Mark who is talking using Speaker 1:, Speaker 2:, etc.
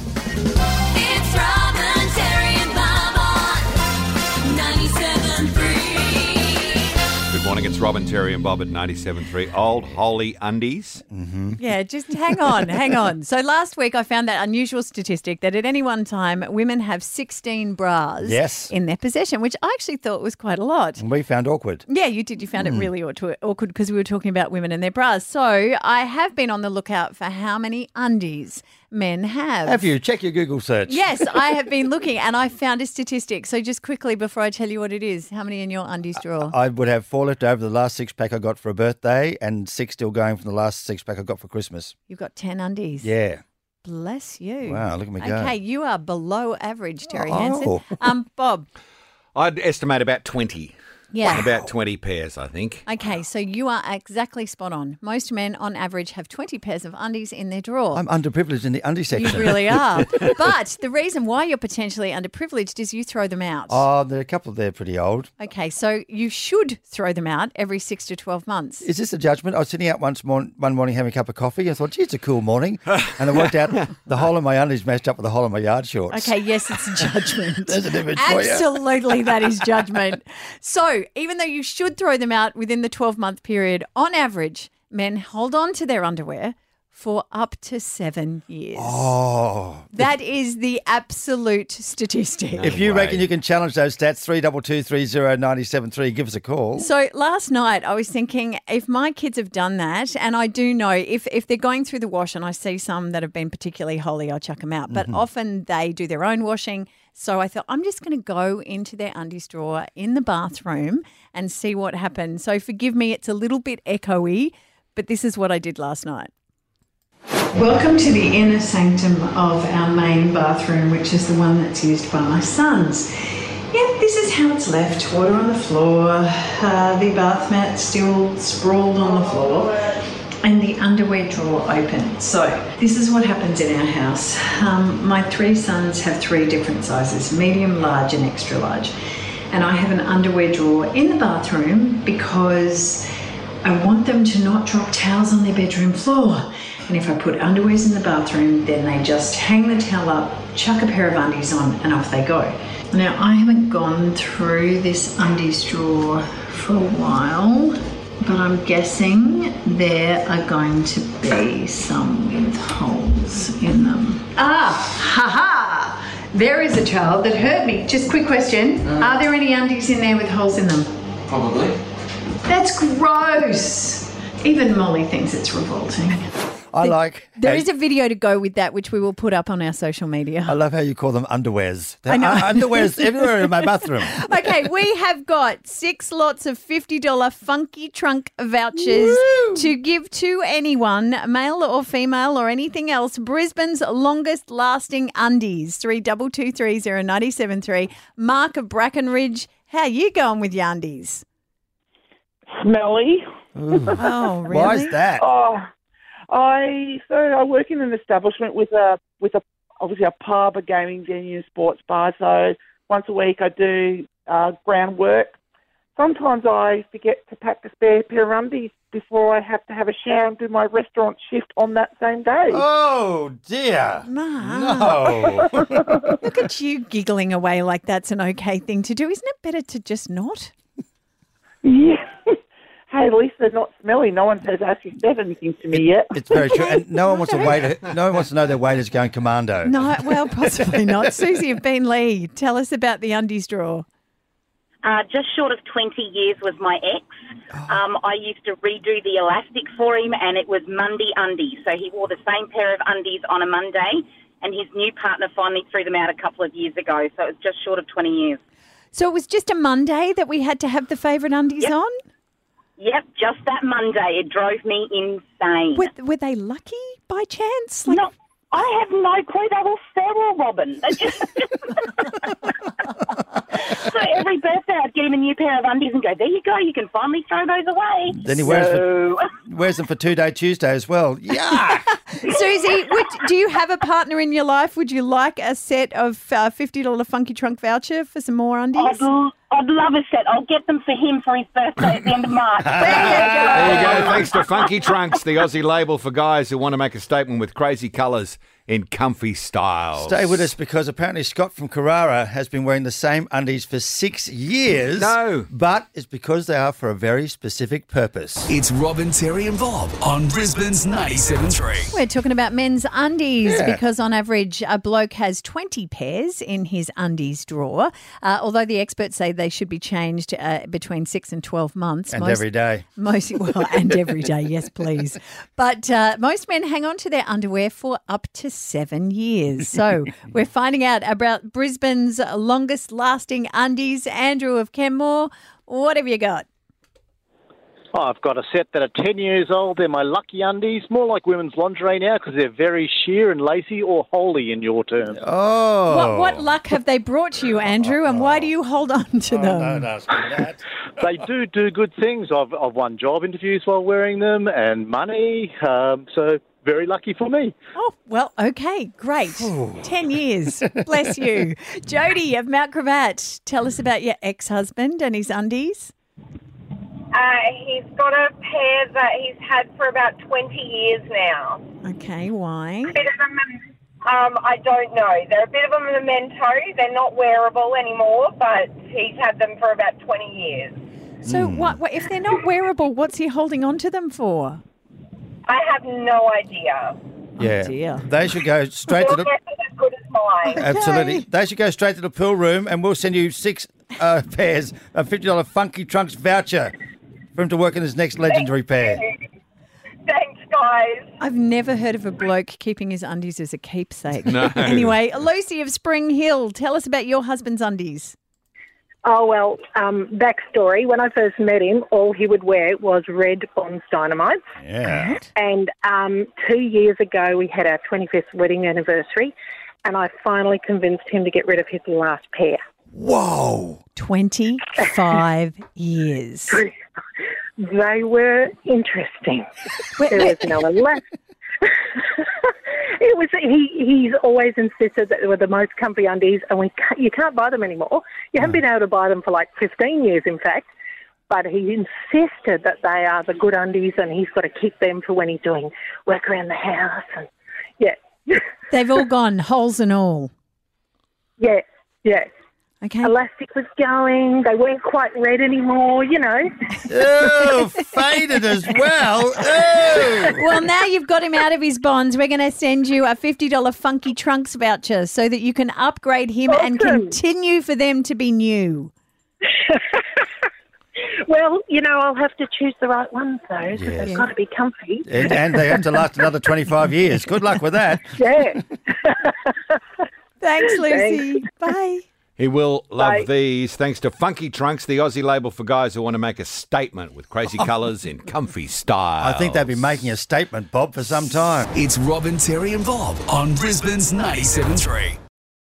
Speaker 1: It's Robin, Terry, and Bob on 97.3.
Speaker 2: Good morning. It's Robin, Terry, and Bob at 97.3 Old Holy Undies.
Speaker 3: Yeah, just hang on, hang on. So last week I found that unusual statistic that at any one time women have 16 bras
Speaker 4: Yes.
Speaker 3: in their possession, which I actually thought was quite a lot.
Speaker 4: And we found awkward.
Speaker 3: Yeah, you did. You found
Speaker 4: Hmm.
Speaker 3: it really awkward because we were talking about women and their bras. So I have been on the lookout for how many undies men have.
Speaker 4: Have you? Check your Google search.
Speaker 3: Yes, I have been looking and I found a statistic. So just quickly before I tell you what it is, how many in your undies drawer?
Speaker 4: I would have four left over the last six pack I got for a birthday and six still going from the last six pack I got for Christmas.
Speaker 3: You've got 10 undies.
Speaker 4: Yeah.
Speaker 3: Bless you.
Speaker 4: Wow, look at me go.
Speaker 3: Okay, you are below average, Terry
Speaker 4: Oh.
Speaker 3: Hansen. Um, Bob,
Speaker 2: I'd estimate about 20.
Speaker 3: yeah.
Speaker 2: About 20 pairs, I think.
Speaker 3: Okay, so you are exactly spot on. Most men, on average, have 20 pairs of undies in their drawer.
Speaker 4: I'm underprivileged in the undie
Speaker 3: you
Speaker 4: section.
Speaker 3: really are. but the reason why you're potentially underprivileged is you throw them out.
Speaker 4: Oh, there are a couple there pretty old.
Speaker 3: Okay, so you should throw them out every six to 12 months.
Speaker 4: Is this a judgment? I was sitting out once morn one morning having a cup of coffee. I thought, gee, it's a cool morning. And I worked out the whole of my undies matched up with the whole of my yard shorts.
Speaker 3: Okay, yes, it's judgment.
Speaker 4: There's an image for you.
Speaker 3: Absolutely, that is judgment. So, even though you should throw them out within the 12 month period, on average, men hold on to their underwear for up to seven years.
Speaker 4: Oh.
Speaker 3: That is the absolute statistic.
Speaker 4: If you
Speaker 2: way.
Speaker 4: reckon you can challenge those stats, three double two three zero ninety seven three, give us a call.
Speaker 3: So last night I was thinking if my kids have done that, and I do know if if they're going through the wash and I see some that have been particularly holy, I'll chuck them out. But often they do their own washing. So I thought I'm just going to go into their undies drawer in the bathroom and see what happens. So forgive me, it's a little bit echoey, but this is what I did last night. Welcome to the inner sanctum of our main bathroom, which is the one that's used by my sons. Yep, this is how it's left water on the floor, uh, the bath mat still sprawled on the floor, and the underwear drawer open. So, this is what happens in our house. Um, my three sons have three different sizes medium, large, and extra large. And I have an underwear drawer in the bathroom because I want them to not drop towels on their bedroom floor. And if I put underwears in the bathroom, then they just hang the towel up, chuck a pair of undies on, and off they go. Now, I haven't gone through this undies drawer for a while, but I'm guessing there are going to be some with holes in them. Ah, haha! There is a child that heard me. Just quick question Are there any undies in there with holes in them?
Speaker 5: Probably.
Speaker 3: That's gross. Even Molly thinks it's revolting.
Speaker 4: I like.
Speaker 3: There
Speaker 4: how-
Speaker 3: is a video to go with that, which we will put up on our social
Speaker 4: I
Speaker 3: media.
Speaker 4: love how you call them underwears. There
Speaker 3: I know.
Speaker 4: are underwears everywhere in my bathroom.
Speaker 3: okay, we have got six lots of $50 funky trunk vouchers to give to anyone, male or female or anything else. Brisbane's longest lasting undies, 32230973. Mark of Brackenridge, how you going with your undies?
Speaker 6: smelly.
Speaker 3: Oh, really?
Speaker 4: Why is that?
Speaker 6: Oh, I so I work in an establishment with a with a obviously a pub, a gaming venue, a sports bar. So once a week I do uh, groundwork. Sometimes I forget to pack a spare pair of undies before I have to have a shower and do my restaurant shift on that same day.
Speaker 4: Oh dear.
Speaker 3: Mark,
Speaker 4: No.
Speaker 3: Look at you giggling away like that's an okay thing to do. Isn't it better to just not?
Speaker 6: Yeah. hey, at least they're not smelly. No one has actually said anything to me yet.
Speaker 4: it's very true. And no one wants to wait no one wants to know their waiter's going commando.
Speaker 3: No, well, possibly not. Susie of Ben Lee, tell us about the undies drawer.
Speaker 7: Uh, just short of 20 years was my ex.
Speaker 4: Oh.
Speaker 7: Um, I used to redo the elastic for him, and it was Monday undies. So he wore the same pair of undies on a Monday, and his new partner finally threw them out a couple of years ago. So it was just short of 20 years.
Speaker 3: So it was just a Monday that we had to have the favourite undies on?
Speaker 7: Yep, just that Monday. It drove me insane.
Speaker 3: Were, were they lucky by chance? Like,
Speaker 7: no, I have no clue. They were feral, Robin. They just- so every birthday, I'd get him a new pair of undies and go, there you go, you can finally throw those away.
Speaker 4: Then he wears it.
Speaker 7: so,
Speaker 4: Wears them for two day Tuesday as well. Yeah.
Speaker 3: Susie, would, do you have a partner in your life? Would you like a set of uh, $50 Funky Trunk voucher for some more undies?
Speaker 7: I'd, l- I'd love a set. I'll get them for him for his birthday at the end of March.
Speaker 2: There you go. Thanks to Funky Trunks, the Aussie label for guys who want to make a statement with crazy colours in comfy style.
Speaker 4: Stay with us because apparently Scott from Carrara has been wearing the same undies for six years.
Speaker 2: No.
Speaker 4: But it's because they are for a very specific purpose.
Speaker 5: It's Robin, Terry, and Bob on Brisbane's 97.3.
Speaker 3: We're talking about men's undies
Speaker 4: Yeah.
Speaker 3: because, on average, a bloke has 20 pairs in his undies drawer. Uh, although the experts say they should be changed uh, between six and 12 months.
Speaker 4: And
Speaker 3: Most-
Speaker 4: every day.
Speaker 3: Most well, and every day, yes, please. But uh, most men hang on to their underwear for up to seven years. So we're finding out about Brisbane's longest-lasting undies. Andrew of Kenmore, what have you got?
Speaker 8: Oh, I've got a set that are 10 years old. They're my lucky undies, more like women's lingerie now because they're very sheer and lacy or holy in your terms.
Speaker 4: Oh.
Speaker 3: What, what luck have they brought you, Andrew? And why do you hold on to them?
Speaker 4: Don't ask me that.
Speaker 3: Oh,
Speaker 8: They do do good things. I've, I've won job interviews while wearing them and money. Um, so very lucky for me.
Speaker 3: Oh, well, okay, great. 10 years. Bless you. Jody of Mount Cravat, tell us about your ex husband and his undies.
Speaker 9: Uh, he's got a pair that he's had for about 20 years now.
Speaker 3: Okay, why?
Speaker 9: Bit of a, mem- um, I don't know. They're a bit of a memento. They're not wearable anymore, but he's had them for about 20 years.
Speaker 3: So, what, what if they're not wearable, what's he holding on to them for?
Speaker 9: I have no idea.
Speaker 4: Yeah.
Speaker 3: dear.
Speaker 4: They should go straight
Speaker 9: Your
Speaker 4: to the.
Speaker 9: guess is as good as mine.
Speaker 4: Absolutely. They should go straight to the pool room and we'll send you six uh, pairs of $50 Funky Trunks voucher for him to work in his next legendary pair.
Speaker 9: Thanks, guys.
Speaker 3: I've never heard of a bloke keeping his undies as a keepsake. Anyway, Lucy of Spring Hill, tell us about your husband's undies.
Speaker 10: Oh, well, um, backstory. When I first met him, all he would wear was red Bonds Dynamites.
Speaker 4: Yeah.
Speaker 10: And um, two years ago, we had our 25th wedding anniversary, and I finally convinced him to get rid of his last pair.
Speaker 4: Whoa.
Speaker 3: 25 years.
Speaker 10: They were interesting.
Speaker 3: Wait,
Speaker 10: There was
Speaker 3: wait,
Speaker 10: no elastic. it was he. He's always insisted that they were the most comfy undies, and we can't, you can't buy them anymore. You haven't been able to buy them for like fifteen years, in fact. But he insisted that they are the good undies, and he's got to keep them for when he's doing work around the house. And yeah,
Speaker 3: they've all gone, holes and all.
Speaker 10: yeah, yeah.
Speaker 3: Okay.
Speaker 10: Elastic was going. They weren't quite red anymore. You know.
Speaker 4: Ew, faded as well. Ew.
Speaker 3: Well, now you've got him out of his bonds. We're going to send you a $50 Funky Trunks voucher so that you can upgrade him and
Speaker 10: Awesome.
Speaker 3: continue for them to be new.
Speaker 10: Well, you know, I'll have to choose the right ones though, because they've got to be comfy.
Speaker 4: And, and they have to last another 25 years. Good luck with that.
Speaker 10: Yeah.
Speaker 3: Thanks, Lucy. Bye.
Speaker 2: He will love these thanks to Funky Trunks, the Aussie label for guys who want to make a statement with crazy colours in comfy style.
Speaker 4: I think they've been making a statement, Bob, for some time.
Speaker 5: It's Robin, Terry, and Bob on Brisbane's 97.3.